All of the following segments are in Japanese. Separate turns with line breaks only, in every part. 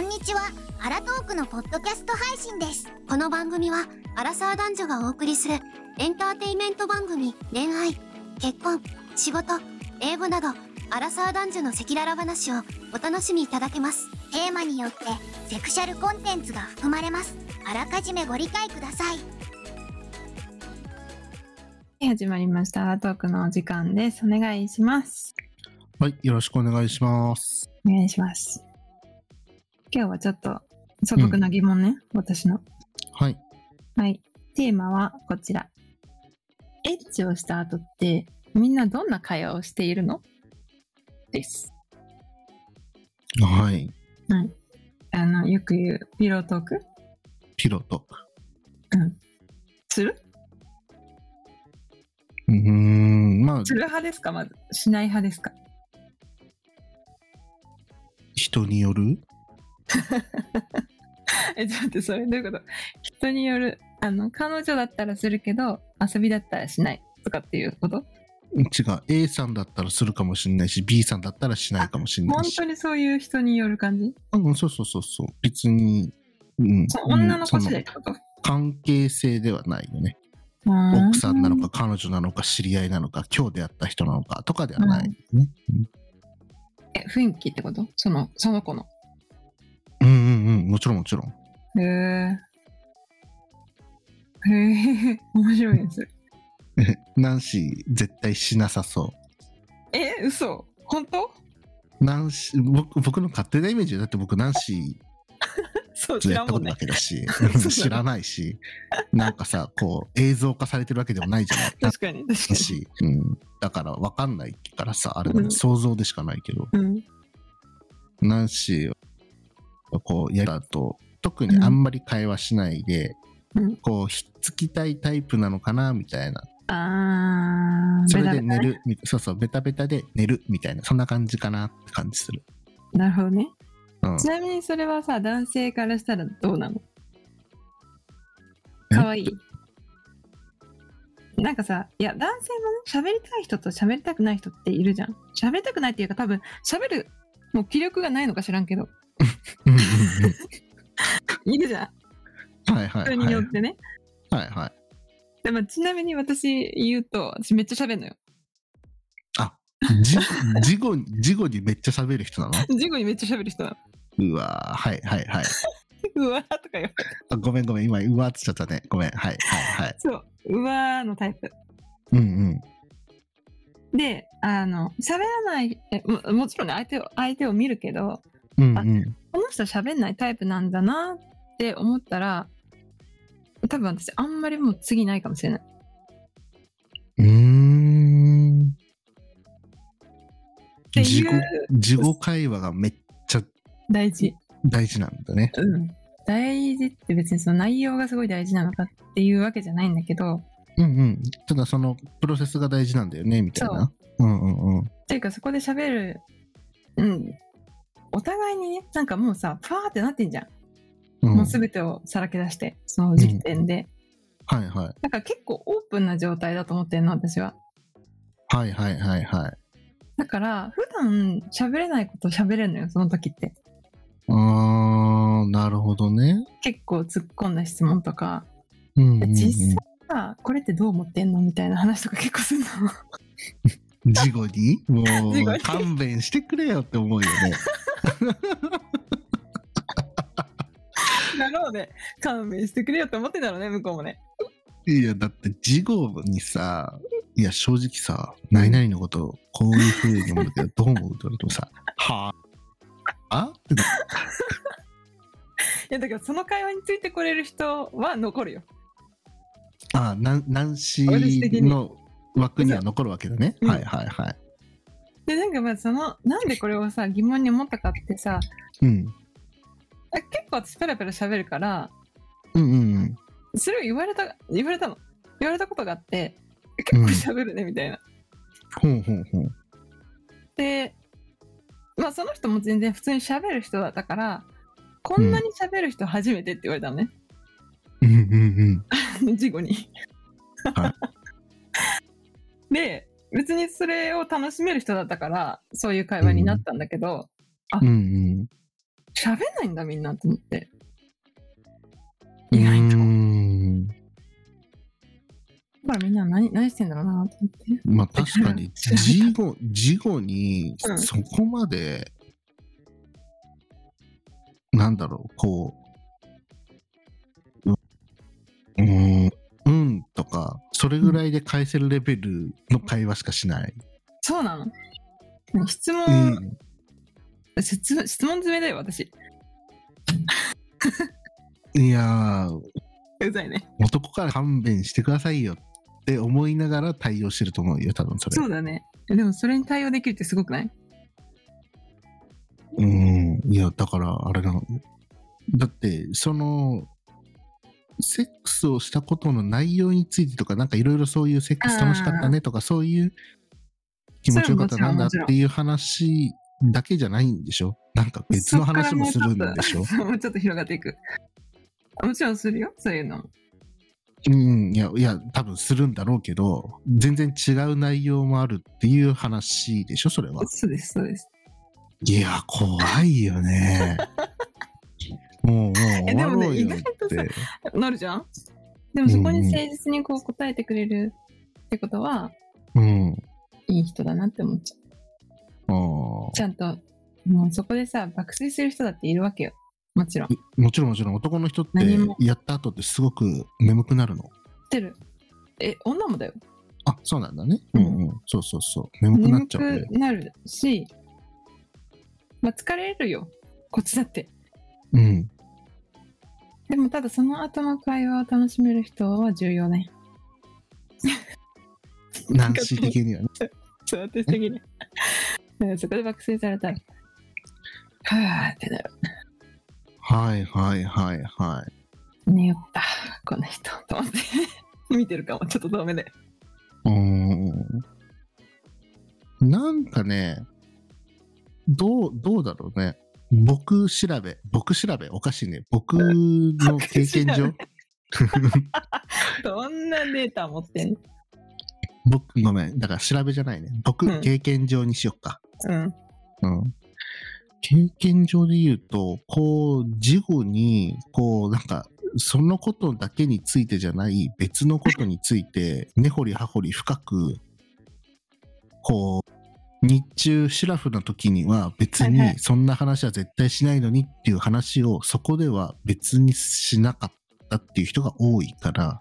んにちはアラトークのポッドキャスト配信ですこの番組はアラサー男女がお送りするエンターテイメント番組恋愛結婚仕事英語などアラサー男女の赤裸々話をお楽しみいただけますテーマによってセクシャルコンテンツが含まれますあらかじめご理解ください
はい始まりました。アラトークのお時間です。お願いします。
はい、よろしくお願いします。
お願いします。今日はちょっと素朴な疑問ね、私の。
はい。
はい。テーマはこちら。エッチをした後って、みんなどんな会話をしているのです。
はい。
あの、よく言う、ピロートーク
ピロト。
する
うーん、まあ、
する派ですかまず。しない派ですか
人による
え、ちょっと待って、それどういうこと人による、あの、彼女だったらするけど、遊びだったらしないとかっていうこと
違う。A さんだったらするかもしれないし、B さんだったらしないかもしれな
本
いし
当。にそういう人による感じ
うん、そうそうそうそう。別に、うん。
そう女の子
うん
次
そ
第って
の
こと
関係性ではないよね。奥
奥
さんなのか、彼女なのか、知り合いなのか、今日出会った人なのかとかではない、ね。
え雰囲気ってことそのその子の
うんうんうん、もちろんもちろん。
へえへえ 面白いです
ナンシー、絶対しなさそ
え嘘本当
う。ナンシー、僕僕の勝手なイメージだって僕、ナンシー、
そう
ず
知
っと
ら
や
ん
った
も
こ
ん
と
ね
だけだ し
そうなの
知らないしなんかさこう映像化されてるわけでもないじゃない
確かに確か
だし、うん、だから分かんないからさあれだね
うん
想像でしかないけど、
にうん
ナンシーはこうやったと特にあんまり会話しないで、
うん
こうひっつきたいタイプなのかなみたいな
あー
それ
ベタ
で
ベタ
寝るみそうそうベタベタで寝るみたいなそんな感じかなって感じする、
なるほどね
うん、
ちなみにそれはさ男性からしたらどうなのかわいいなんかさいや男性もね喋りたい人と喋りたくない人っているじゃん喋りたくないっていうか多分喋るもう気力がないのか知らんけど
うんうん
いるじゃん
うんはいはい
人
は
に
い
よってね、
はいはい
でもちなみに私言うと私めっちゃ喋るのよ
じ事後に事後にめっちゃ喋る人なの
事後にめっちゃ喋る人なの
うわーはいはいはいう
わーとか言われて
あごめんごめん今うわーっつっちゃったねごめんはいはいはい
そううわーのタイプ
うんうん
であの喋らないえももちろんね相手を相手を見るけど、
うんうん
この人喋んないタイプなんだなって思ったら多分私あんまりもう次ないかもしれないう
ーん
って
事
い
後
う
事後会話がめっちゃ
大事、
大事なんだね
うん、大事って別にその内容がすごい大事なのかっていうわけじゃないんだけど
うんうんただそのプロセスが大事なんだよねみたいなうんうんうん
というかそこで喋るうんお互いにねなんかもうさパーってなってんじゃん、
うん
もう全てをさらけ出してその時点で、
はいはい
なんか結構オープンな状態だと思ってんの私は
はいはいはいはい
だから普段喋れないこと喋れるのよその時って
あーなるほどね
結構突っ込んだ質問とか
うんうん、うん、
実際さこれってどう思ってんのみたいな話とか結構 するの
事後にも
事後
う
に
勘弁してくれよって思うよね
だろうね勘弁してくれよって思ってんだろうね向こうもね
いやだって事後にさいや正直さ何々のことこういうふうに思うんだけどどう思うって言われ てもさ「はああ」ってない
やだからその会話についてこれる人は残るよ
あなん男子
私的に
の枠には残るわけだね、
うん
はいはいはい
でなんかまあそのなんでこれをさ疑問に思ったかってさ
うん
あ結構私ペラペラ喋るから
うんうんうん
それを言われた言われたの言われたことがあって結構喋るねみたいな、
ほうほうほう
でまあその人も全然普通に喋る人だったからこんなに喋る人初めてって言われたのね、
うんう ん
事故に、
は
で別にそれを楽しめる人だったからそういう会話になったんだけど
うんうん
喋んないんだみんなと思って
う
意外と
ー
だ
ん
からみんな何何してんだろうなと思って
まあ確かに
知らなかった
事後事後に
うん
そこまで、なんだろうこうううーんうんとかそれぐらいで返せるレベルの会話しかしない、
そうなの質問、
うん、
質問質問詰めだよ私
いやー
うざいね
男から勘弁してくださいよって思いながら対応してると思うよ多分それ
そうだねでもそれに対応できるってすごくない
うんいやだからあれなのだってそのセックスをしたことの内容についてとかなんかいろいろそういうセックス楽しかったねとかそういう気持ちよかったなんだっていう話だけじゃないんでしょなんか別の話もするんでしょ
そっから もうちょっともうちょっと広がっていくもちろんするよそういうの
うんいやいや多分するんだろうけど全然違う内容もあるっていう話でしょそれは
そうですそうです
いや、怖いよ ね。もう、もう終わろ
え
う
で
よ
もね
っ
意外とさ
て。
なるじゃんでもそこに誠実にこう答えてくれるってことは、
うん。
いい人だなって思っちゃ
あ
うちゃんともうそこでさ爆睡する人だっているわけよもちろん
ーもちろんもちろん男の人って
何も
やった後ってすごく眠くなるの。
知ってるえ女もだよ
あ、そうなんだね。うんうん。そうそうそう。眠くなっ
眠
ちゃう
く
ね。
なるし、まあ、疲れるよこっちだって
うん。
でもただその後の会話を楽しめる人は重要ね
男子的にはね。
そう私的 にだからそこで爆睡されたらはあってなる
はいはいはいはい。
寝よったこの人と思って 見てるかもちょっと遠目で
うーん。なんかね、どう、どうだろうね。僕調べ、僕調べ、おかしいね。僕の経 験上、
どんなデータ持ってんの
僕、ごめん。だから調べじゃないね。僕、
うん
経験上にしよっか。
うん
うん。経験上で言うと、こう、事後に、こう、なんか、そのことだけについてじゃない、別のことについて、根掘り葉掘り深く、こう、日中、シラフの時には別
はいは
に、
い
そんな話は絶対しないのにっていう話を、そこでは別にしなかったっていう人が多いから、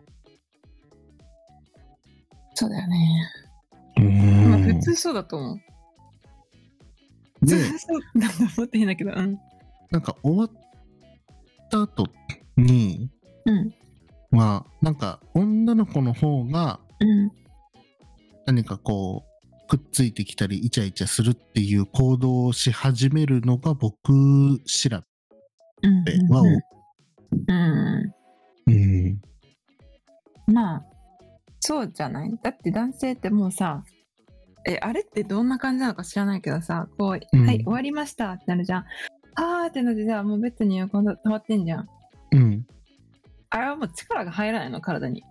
そうだよね、
う
まあ、
ん
普通そうだと思う
で
普、通そうだと思っていいんだけどうん
なんか終わった後に
うん
は、なんか女の子の方が
うん
何かこう、くっついてきたり、イチャイチャするっていう行動をし始めるのが僕調
うん
べは、
うん
うん。
まあそうじゃないだって男性ってもうさえあれってどんな感じなのか知らないけどさこう、
うん
はい終わりましたってなるじゃんあーってなってじゃあもうベッドに横に溜まってんじゃん
うん。
あれはもう力が入らないの体に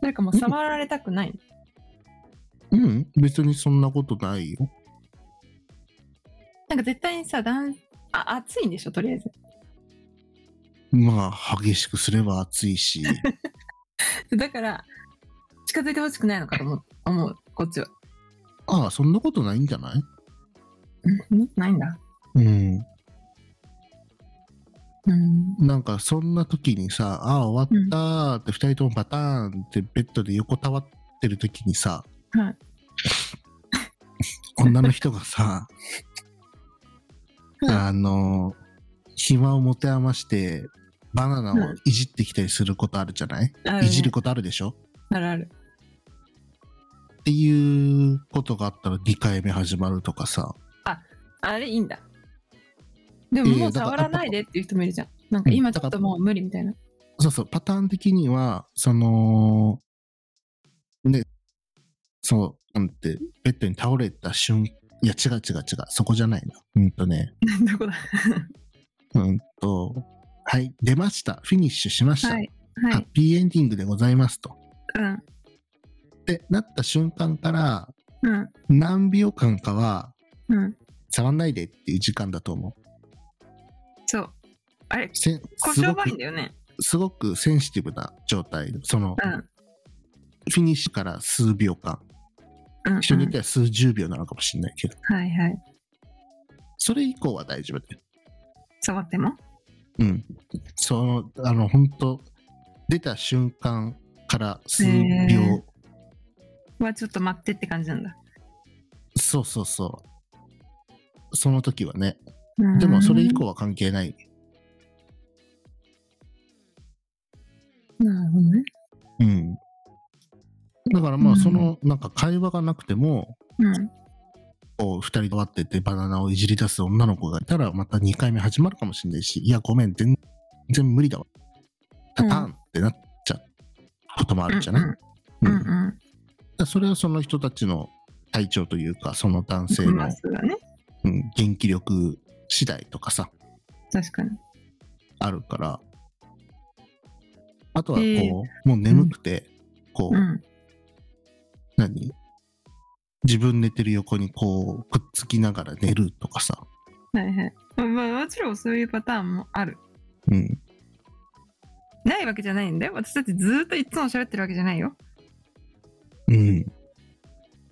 それかもう触られたくないの、
うん。別にそんなことないよ。
なんか絶対にさ男あ熱いんでしょとりあえず
まあ、激しくすれば熱い し。
だから近づいてほしくないのかと思う思うこっちは
ああ、そんなことないんじゃない
うんないんだ
うん。
うん
なんかそんな時にさ、ああ、終わったーって、二人ともバターンってベッドで横たわってる時にさ、
はい
女の人がさ、
うん
あの、暇を持て余して、バナナをいじってきたりすることあるじゃない、
あるね
いじることあるでしょ
あるある
っていうことがあったら2回目始まるとかさ、
あれいいんだ。で
いや
も
いや
もう
だから
触らないでっていう人もいるじゃん。なんか
うん
今ちょっともう無理みたいな。
そうそう、パターン的には、その、ね、そう、なんて、ベッドに倒れた瞬、いや、違う違う違う、そこじゃないな。うんとね、
どこだ
うんと、はい、出ました、フィニッシュしました、
はい。
ハ
は
ッ
い。
ピーエンディングでございますと。
うん。
ってなった瞬間から、
うん。
何秒間かは、
うん。
触んないでっていう時間だと思う。
そう。あれ
せん
故
すご
障バ
く
リンだよね
すごくセンシティブな状態その、
うん
フィニッシュから数秒間
うん、うん、
人によっては数十秒なのかもしれないけど、
はいはい
それ以降は大丈夫で
触っても
うんそのあの本当出た瞬間から数秒、
へーはちょっと待ってって感じなんだ
そうそうそうその時はね
うん
でもそれ以降は関係ない
なるほどね
うんだからま
う
あ
ん
そのなんか会話がなくても、
うん
こう2人で終わっててバナナをいじり出す女の子がいたらまた2回目始まるかもしれないしいやごめん全然無理だわパターンってなっちゃうこともあるじゃない、
うんうん
うんだか
うん
らそれはその人たちの体調というかその男性
うんま
の
あ、そうだね
うん元気力次第とかさ
確かに
あるからあとはこう、
えー
もう眠くて、こう、
うん
何自分寝てる横にこうくっつきながら寝るとかさ、
はいはいまあまあもちろんそういうパターンもある
うん、
ないわけじゃないんだよ私だってずーっといつも喋ってるわけじゃないよ
うん、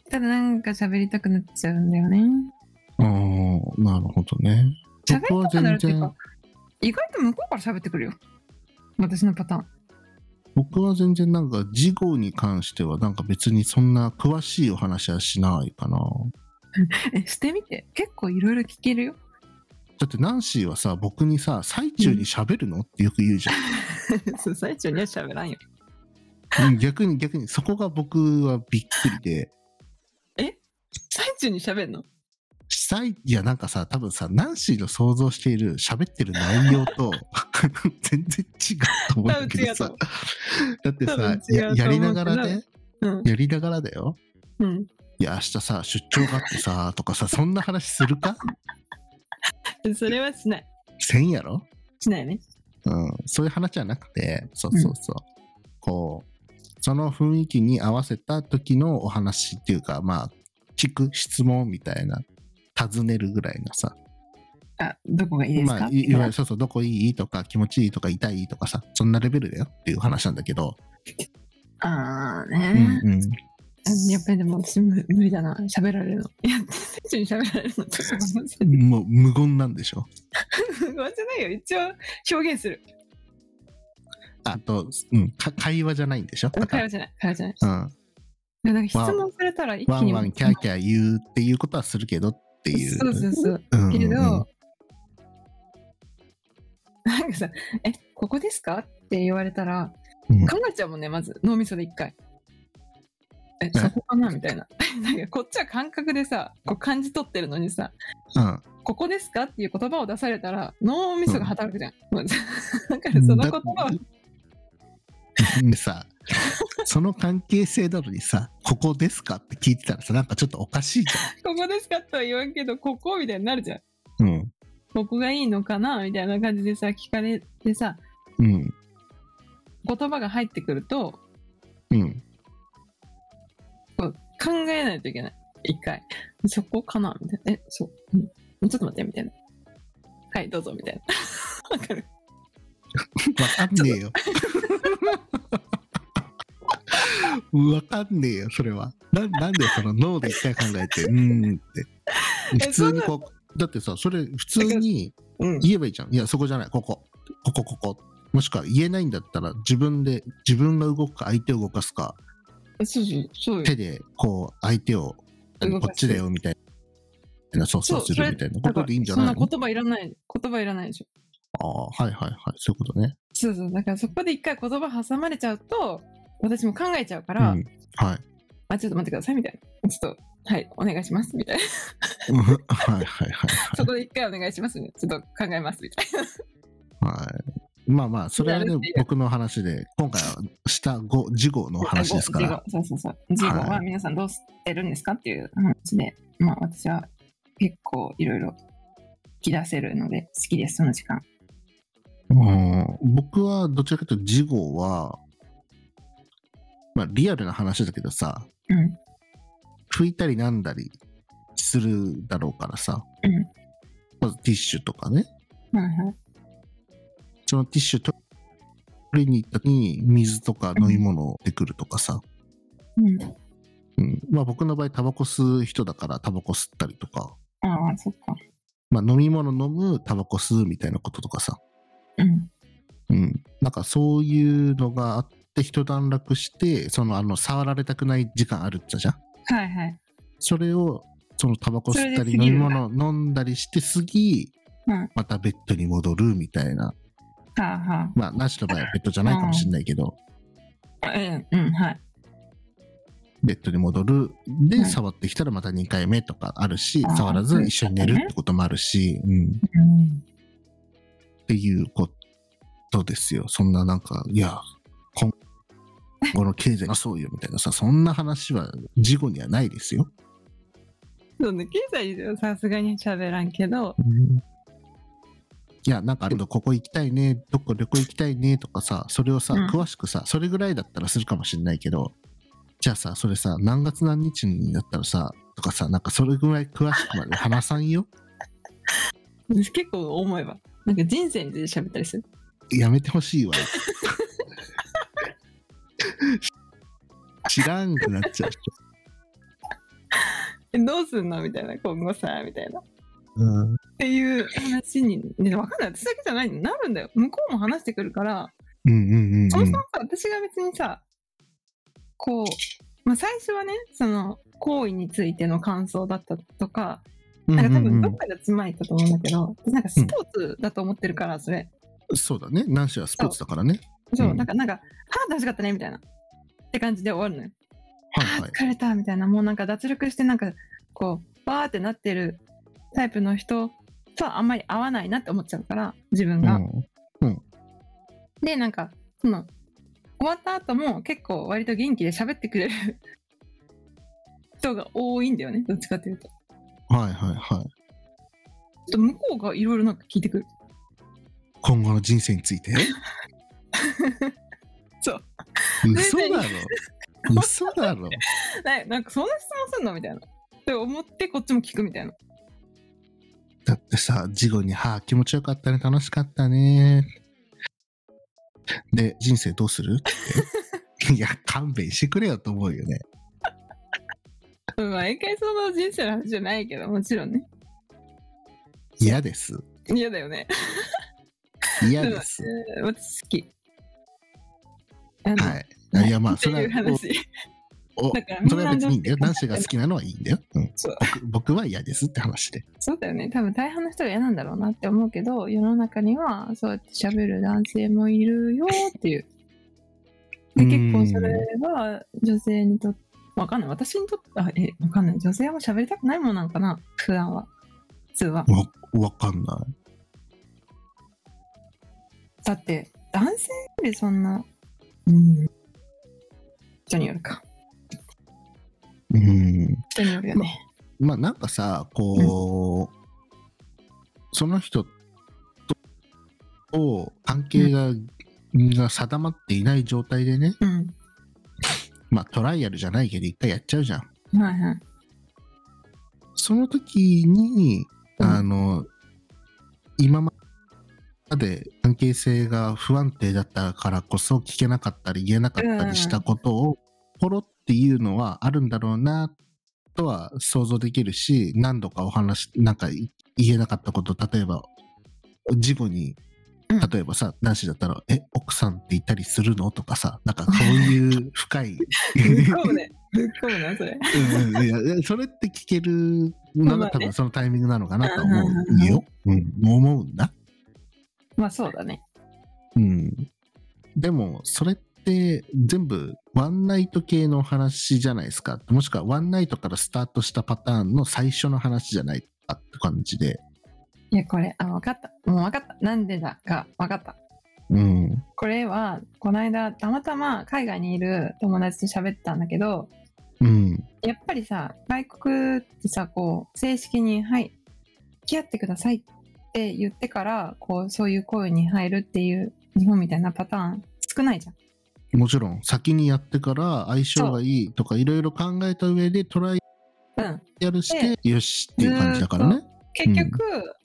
ただなんか喋りたくなっちゃうんだよね
ああなるほどねそ
喋
こ
り
は
たくなるっ
全
ていう
然
か意外と向こうから喋ってくるよ私のパターン
僕は全然なんか事後に関してはなんか別にそんな詳しいお話はしないかな
えしてみて結構いろいろ聞けるよ
だってナンシーはさ僕にさ最中に喋るの、ってよく言うじゃん
そう最初には喋らんよ
うん逆に逆にそこが僕はびっくりで
最中に喋んの
したいいやなんかさ多分さナンシーの想像している喋ってる内容と 全然違うと思うんだけど
多
さ
分
だって
多
さ
分違うと思
や
う
やりながらね
うん
やりながらだよ
うん
いや明日さ出張があってさとかさそんな話するか
それはしない
せんやろ
しないね
うん、そういう話じゃなくてそうそうそう、こうその雰囲気に合わせた時のお話っていうかまあ聞く質問みたいな尋ねるぐらいのさ
あどこがいいですか、
まあ、いいわゆるそうそうどこいいとか気持ちいいとか痛いとかさそんなレベルだよっていう話なんだけど、
ああ
うん
ね、
うん、
やっぱりでも私無無理だな喋られるのいや最初に喋られるのちょっとごめんなさい
もう無言なんでしょ
不安じゃないよ 一応表現する
あと、うん、か会話じゃないんでしょだか
会
ら
話じゃない会話じゃない
うん、
なんか質問されたら一気
ワン
に
ワンキャーキャー言うっていうことはするけどっていう
そうそうそう
うんうんうん
けど、なんかさ「えここですか?」って言われたら
うん
考えちゃうもんねまず脳みそで一回。えそこかなみたいな なんかこっちは感覚でさこう感じ取ってるのにさ
うん
「ここですか?」っていう言葉を出されたら脳みそが働くじゃん、まず だからその言葉は
でさ、その関係性なのにさ、ここですかって聞いてたらさ、なんかちょっとおかしいじ
「ここですか?」とは言わんけど「ここ」みたいになるじゃん。
ゃん。うん。
ここがいいのかなみたいな感じでさ聞かれてさ
うん。
言葉が入ってくると
うん。
こう考えないといけない一回そこかなみたいなえそう、うん、ちょっと待ってみたいなはいどうぞみたいな わかる
わかんねえよ。わかんねえよ、それは。ななんでその脳で一回考えて、うーんって。普通にこう、だってさ、それ普通に
うん
言えばいいじゃん。いや、そこじゃない、ここ。ここ、ここ。もしくは言えないんだったら、自分で、自分が動くか、相手を動かすか、
そうそうそうよ
手でこう相手を
動
こ
か
っ
して
ちだよみたいな操作をす
それ
るみたいなことでいいんじゃな
だ
い
からそ
の
んな言葉いらない言葉いらないでしょ
ああはいはいはいそういうことね。
そうそうだからそこで一回言葉挟まれちゃうと私も考えちゃうか
うん
ら、
はい
あちょっと待ってくださいみたいなちょっとはいお願いしますみたいな
うんはいはいはい
そこで一回お願いしますねちょっと考えますみたいな
はいはい。まあまあそれはね
やるっていう
僕の話で今回は下5次号のお話ですから
事後そうそうそう。事後
は
はい皆さんどうしてるんですかっていう話で、まあ私は結構いろいろ聞き出せるので好きです、その時間。
うん僕はどちらかというと次号はまあリアルな話だけどさ
うん。
拭いたりなんだりするだろうからさ
うん。
まずティッシュとかね
はいはい。
そのティッシュ取りに行った時に水とか飲み物を出てくるとかさ、
うん。
うん、まあ僕の場合タバコ吸う人だからタバコ吸ったりとか、
ああ、そっか。
まあ、飲み物飲むタバコ吸うみたいなこととかさ、
うん。
うん、なんかそういうのがあって一段落してそのあの触られたくない時間あるって言ったじゃん
はいはい。
それをそのタバコ吸ったり
それで過
飲
ぎ
み
るんだ
物飲んだりして過
うん
ぎ、またベッドに戻るみたいな
はあは
まあなしの場合はベッドじゃないかもしれないけど、
あ。うん、うん、はい。
ベッドに戻る
うん
で触ってきたらまた2回目とかあるし、
あー
触らず一緒に寝るってこともあるし、うん、
うん。
っていうことですよ。そんななんか、いや、今後の経済がそうよみたいなさ、そんな話は事後にはないですよ。
そうね、経済ではさすがに喋らんけど、
いや、なんかあるの、ここ行きたいね、どこ旅行行きたいねとかさ、それをさ、
うん
詳しくさ、それぐらいだったらするかもしれないけど、じゃあさ、それさ、何月何日になったらさ、とかさ、なんかそれぐらい詳しくまで話さんよ。
結構思えば、なんか人生について喋ったりする。
やめてほしいわ。知らんくなっちゃう。
えどうすんのみたいな、今後さ、みたいな。っ
うん、
ていう話に、ね、わかんない。私だけじゃないなるんだよ。向こうも話してくるから、
うんうんうん
そうも
ん
そも。さ、私が別にさ、こう、まあ、最初はね、その、行為についての感想だったとか、なんか多分どっかでつまいたと思うんだけど、なんかスポーツだと思ってるから、それ。
そうだね。男子はスポーツだからね。
そうう、
ん
なんか、なんか、はあ、楽しかったね、みたいな。って感じで終わるのよ。
はいはい。
疲れた、みたいな。もうなんか脱力して、なんか、こう、バーってなってるタイプの人とはあんまり合わないなって思っちゃうから、自分が。で、なんか、その、終わった後も結構割と元気で喋ってくれる 人が多いんだよね、どっちかというと。ちょ
うん、はいはいはい。
っと向こうがいろいろなんか聞いてくる。
今後の人生について
そう。
嘘だろ。嘘だろ。
ななんか、そんな質問すんのみたいな。って思って、こっちも聞くみたいな。
だってさ、事後に、はあ、気持ちよかったね、楽しかったね。で、人生どうす るって。いや、勘弁してくれよと思うよね。
うん、毎回その人生の話じゃないけど、もちろんね。
嫌です。
嫌だよね。
嫌です。
うん 私好き。あの
はい。あいや、まあ、
って
それ
いう
は、
話。
おお
だから
それは別にいいんだよ。
みんな
男子が好きなのはいいんだよ。うん、
そう
僕僕は嫌ですって話で。
そうだよね。多分大半の人が嫌なんだろうなって思うけど、世の中にはそうやって喋る男性もいるよっていう。で、結構それは女性にとって、わかんない。私にとって、あ、え、わかんない。女性は喋りたくないもんなんかな普段は。普通は。
わ、わかんない。
だって、男性よりそんな、うん。人によるか。
うん。
人によるよね。
まあなんかさこう、その人と関係が,、が定まっていない状態でね
うん。
まあトライアルじゃないけど一回やっちゃうじゃん
はいはい。
その時に、
うん
あの今まで関係性が不安定だったからこそ聞けなかったり言えなかったりしたことをポロっていうのはあるんだろうなとは想像できるし何度かお話しなんか言えなかったこと例えば事後に
うん
例えばさ男子だったら「え奥さんっていたりするの?」とかさなんかそう いう深い
ぶっ込むね。ぶっ込むな、それ。
うんうんいやいやそれって聞ける
ま
の
あ
が
ね
多分そのタイミングなのかなと思
うんうんう
うんよ。うん、思うんだ。
まあそうだね。
うん、でもそれって全部ワンナイト系の話じゃないですかもしくはワンナイトからスタートしたパターンの最初の話じゃないかって感じで、
いや、これ、あ、わかった。もうわかった。なんでだか、わかった。
うん、
これは、この間、たまたま海外にいる友達と喋ったんだけど、
うん、
やっぱりさ、外国ってさ、こう、正式に、はい、付き合ってくださいって言ってから、こう、そういう行為に入るっていう、日本みたいなパターン、少ないじゃん。
もちろん先にやってから相性がいいとかいろいろ考えた上でトライ
うん。
アルしてよしっていう感じだからね。
結局、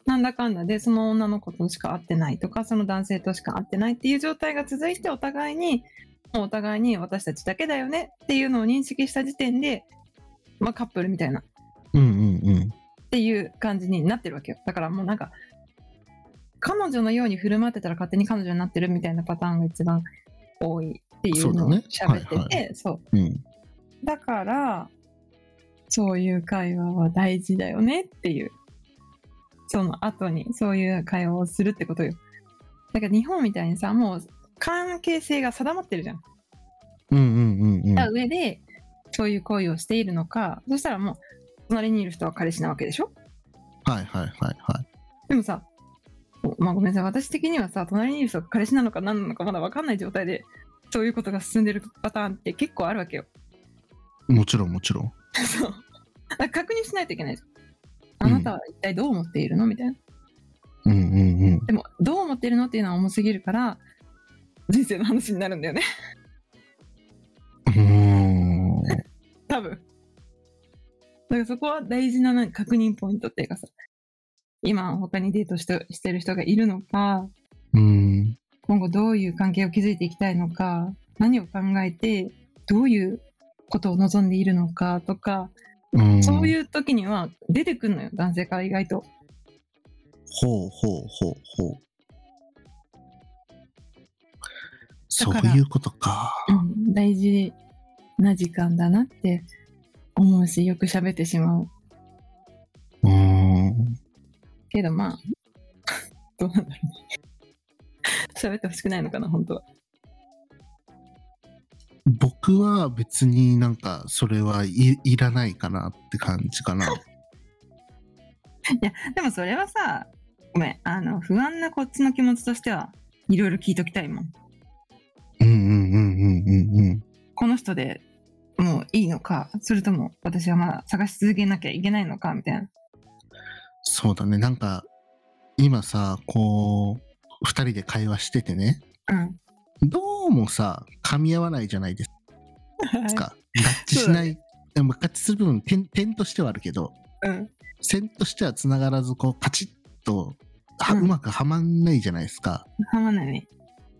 なんだかんだでその女の子としか会ってないとかその男性としか会ってないっていう状態が続いてお互いにもうお互いに私たちだけだよねっていうのを認識した時点で、まあ、カップルみたいな
うんうんうん。
っていう感じになってるわけよだからもうなんか彼女のように振る舞ってたら勝手に彼女になってるみたいなパターンが一番多いっていうのを
そうだね
喋っててそう,、
はいうん、
だからそういう会話は大事だよねっていうその後にそういう会話をするってことよだから日本みたいにさもう関係性が定まってるじゃん
うんうんうんうん
た上でそういう行為をしているのかそしたらもう隣にいる人は彼氏なわけでしょ
はいはいはいはい。
でもさ、おまあ、ごめんなさい、私的にはさ、隣にいる人が彼氏なのか何なのかまだ分かんない状態で、そういうことが進んでるパターンって結構あるわけよ。
もちろんもちろん。
そう。だから確認しないといけないじゃん。あなたは一体どう思っているのみたいな。
うんうんうん。
でも、どう思っているのっていうのは重すぎるから、人生の話になるんだよね。
うーん。
多分。だからそこは大事ななんか確認ポイントっていうかさ、今他にデートしてしてる人がいるのか、
うん。
今後どういう関係を築いていきたいのか何を考えてどういうことを望んでいるのかとか、
うん、
そう
う。
いう時には出てくるのよ男性から意外と
ほうほうほうほう。そ
だ
う
から
いうことか。
うん大事な時間だなって思うしよく喋ってしまう
うーん。
けどまあ どうなんだろうね 喋ってほしくないのかな本当は
僕は別になんかそれはいいらないかなって感じ かな。
でもそれはさごめんあの不安なこっちの気持ちとしてはいろいろ聞いときたいもん
うんうんうんうんうんうん。
この人でもういいのかそれとも私はまだ探し続けなきゃいけないのかみたいな
そうだね。なんか今さ、こう、二人で会話しててね、
うん
どうもさ、噛み合わないじゃないですか。合致し
そうだ
ない。でも合致する部分点、点としてはあるけど、
うん
線としてはつながらずこうカチッとは
うん
うまくはまんないじゃないですか、
はまんないね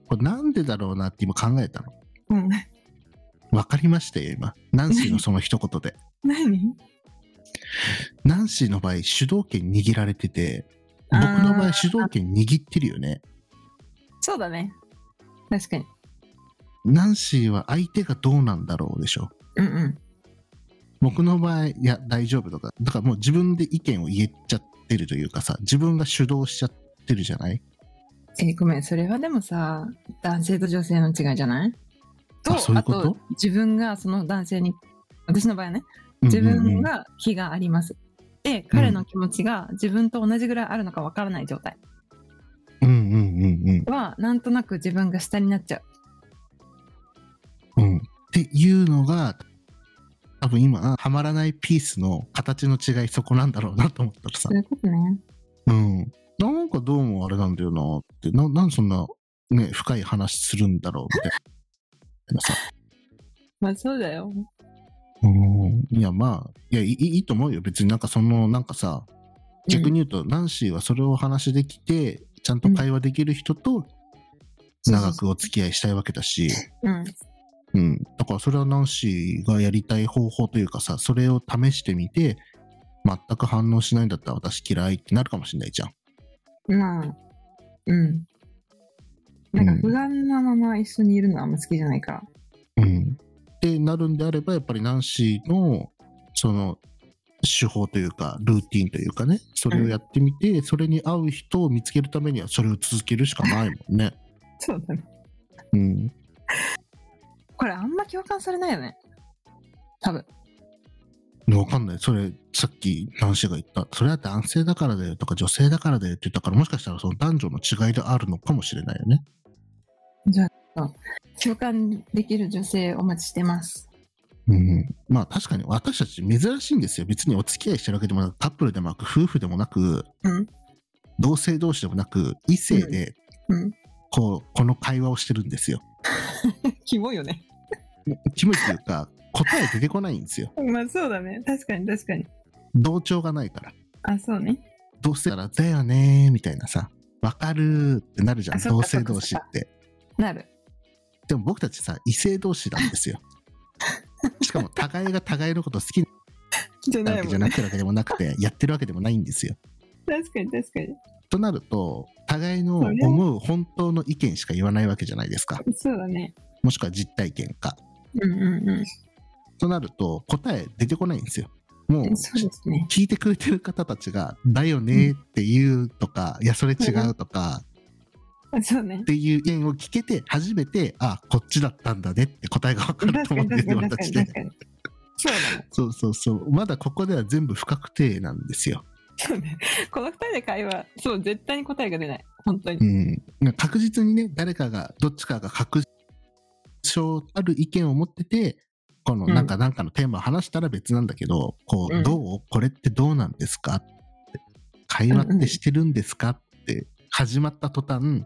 これなんでだろうなって今考えたの
うん
分かりましたよ今ナンシーのその一 言で
何
ナンシーの場合主導権握られてて僕の場
あ
合
ー
主導権握ってるよね
そうだね確かに
ナンシーは相手がどうなんだろうでしょ
うんうん
僕の場合いや大丈夫とかだからもう自分で意見を言っちゃってるというかさ自分が主導しちゃってるじゃない
えーごめんそれはでもさ男性と女性の違いじゃないと
あそういうこと
と自分がその男性に私の場合はね
うんうん
自
うん
分が気があります、で彼の気持ちが自分と同じぐらいあるのかわからない状態
うんうんうんうん
はなんとなく自分が下になっちゃう
うん、っていうのが多分今はまらないピースの形の違いそこなんだろうなと思ったらさ
そう、いうことね
うん、なんかどうもあれなんだよなってななんでそんな、ね、深い話するんだろうみたいなさ、
まあそうだよ
うん、いやまあいやいいいいと思うよ別になんかそのなんかさ逆に言うと、ナンシーはそれを話できてちゃんと会話できる人と長くお付き合いしたいわけだし。
うん
うん、だからそれはナンシーがやりたい方法というかさそれを試してみて全く反応しないんだったら私嫌いってなるかもしれないじゃん
まあ、うん。なんか不安なまま一緒にいるのはあんま好きじゃないから。。
うん、ってなるんであればやっぱりナンシーのその手法というかルーティンというかねそれをやってみて、それに合う人を見つけるためにはそれを続けるしかないもんね。
そうだね。
うん、
これあんま共感されないよね。多分。
わかんないそれさっきナンシーが言ったそれだって男性だからだよとか女性だからだよって言ったからもしかしたらその男女の違いであるのかもしれないよね。
じゃあ、共感できる女性お待ちしてます。
うん、まあ確かに私たち珍しいんですよ別にお付き合いしてるわけでもなくカップルでもなく夫婦でもなく、
うん
同性同士でもなく異性で
うん。
こうこの会話をしてるんですよ。
キモいよね。
キモいという か答え出てこないんですよ
まあそうだね。確かに確かに。
同調がないから
あ、そうね。
どうせならだよねーみたいなさわかるーってなるじゃん
あそっ
同
かそっ
性
か
同士って
なる。
でも僕たちさ異性同士なん ですよしかも互いが互いのこと好き
じゃな
なわ
い
け
も
じゃ
ん
な
ね。
くてるわけでもなくてやってるわけでもないんですよ
確かに確かに。
となると互いの
そうね
思う本当の意見しか言わないわけじゃないですか
そうだね。
もしくは実体験か
うんうんうん。
となると答え出てこないんですよもう
そうですね。
聞いてくれてる方たちが「だよね」って言うとか「いやそれ違う」とか
そうね
っ。ていう意見を聞けて初めて「あこっちだったんだね」って答えが分
確
か
か
る
に
と思うんです
確かに
よ
確か
私
に
で
確かに。そうだね。
そうそうそうまだここでは全部不確定なんですよ、
そうね。この二人で会話、そう、絶対に答えが出ない。本当に。
うん、確実にね誰かがどっちかが確証ある意見を持っててこの
うん
なんかなんかのテーマを話したら別なんだけど、こ
う
うんどうこれってどうなんですかって会話ってしてるんですかって始まった途端
うん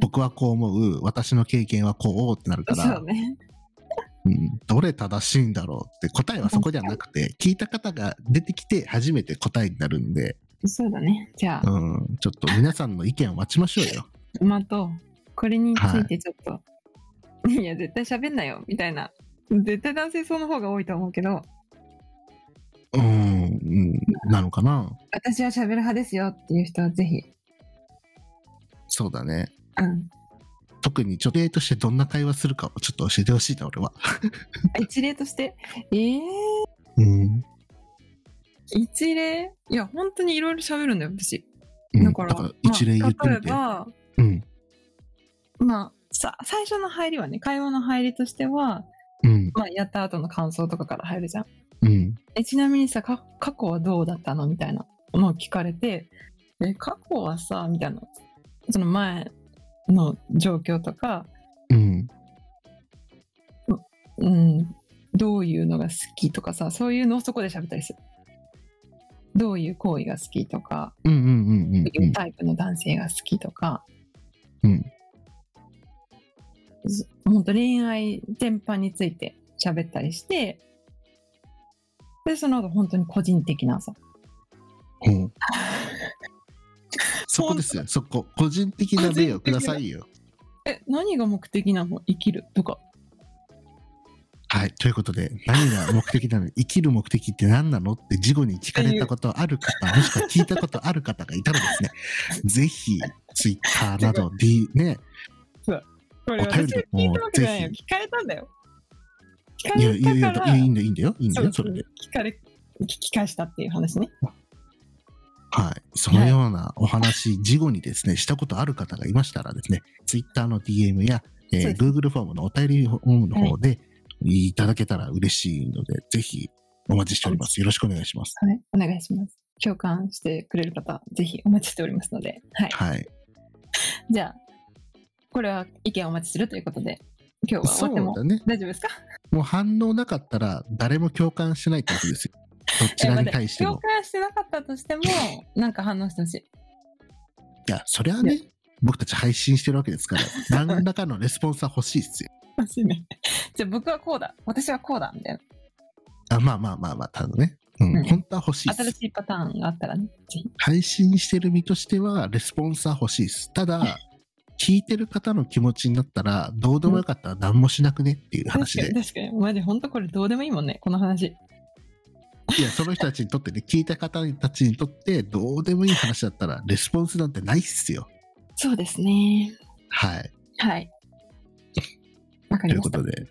僕はこう思う私の経験はこうってなるから
そうね。
うん、どれ正しいんだろうって答えはそこじゃなくて聞いた方が出てきて初めて答えになるんで、
そうだね。じゃあ、
うん、ちょっと皆さんの意見を待ちましょうよ。
馬と、これについてちょっと、 い、や、絶対喋んなよ、みたいな。絶対男性そうの方が多いと思うけど、
うん、うん、なのかな
私は喋る派ですよっていう人はぜひ、
そうだね。
うん。
特に女性としてどんな会話するかをちょっと教えてほしいな俺は。
あ一例として、えー、
うん、
一例いや、本当にいろいろ喋るんだよ、私。
うん
だから、
一例言ってみて。
まあ、例えば、
うん、
まあ、さ最初の入りはね会話の入りとしては、
うん、
まあ、やった後の感想とかから入るじゃん
うん、
えちなみにさか過去はどうだったのみたいなのを聞かれてえ過去はさみたいなその前の状況とか、
うん、
うん、どういうのが好きとかさそういうのをそこで喋ったりするどういう行為が好きとか
うん、うん、うん、うん
ど、ういうタイプの男性が好きとか、
うん、
ずもっと恋愛全般について喋ったりして、で、その後本当に個人的なさ、
うん。そこですよ、そこ。個人的な例をくださいよ。
え、何が目的なの生きるとか、
はい。ということで、何が目的なの生きる目的って何なのって、事後に聞かれたことあ る方、もしくは聞いたことある方がいたらですね、ぜひ、ツイッターなど、D、ね、
これ
お便
私が
りで
聞い
も
たわけじゃないよ
ぜ。
聞かれたんだよ。聞か
いやいやい
れ
や
た
い
か
や、
ら、
いいんだよ、いいんだよ、いいんだ
そう
よ、それで。
聞かれ、聞き返したっていう話ね。
はい。そのようなお話、事後にですね、したことある方がいましたらですね、ツイッターの DM や、えー
そうです
Google フォームのお便りフォームの方で、いただけたら嬉しいので、ぜひお待ちしております。よろしくお願いします。
はい、お願いします。共感してくれる方、ぜひお待ちしておりますので、はい。
はい。
じゃあ、これは意見をお待ちするということで、今日は終
そ
わっ
う
ても
だね。
大丈夫ですか
もう反応なかったら誰も共感してないってこ とですよ。どちらに対して
えまあ
も
ね。共感してなかったとしても、なんか反応してほしい。
いや、それはね、僕たち配信してるわけですから、何らかのレスポンスは欲しいですよ。
欲しいね。 じゃあ僕はこうだ、私はこうだ、みたいな。
あまあまあまあまあ、ただね。う、
うんん
本当は欲しいで
新
す。
しいパターンがあったらね、ぜひ。
配信してる身としては、レスポンスは欲しいです。ただ、聞いてる方の気持ちになったら、どうでもよかったら何もしなくねっていう話で
確か。に、確かに。マジ、本当これどうでもいいもんね、この話。
いや、その人たちにとってね、聞いた方たちにとって、どうでもいい話だったら、レスポンスなんてないっすよ。
そうですね。
はい。
はい。わかり
という
ま
こ
した
と。で、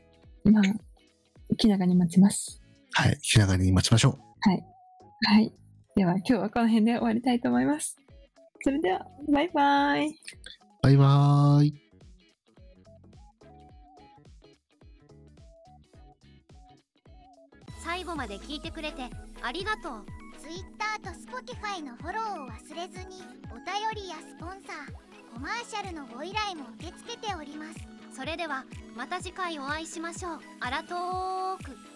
まあ、気長に待ちます。
はい。気長に待ちましょう。
はい。では、今日はこの辺で終わりたいと思います。それでは、バイバイ。
バイバーイ。
最後まで聞いてくれてありがとう Twitter と Spotify のフォローを忘れずにお便りやスポンサーコマーシャルのご依頼も受け付けておりますそれではまた次回お会いしましょうあらとーく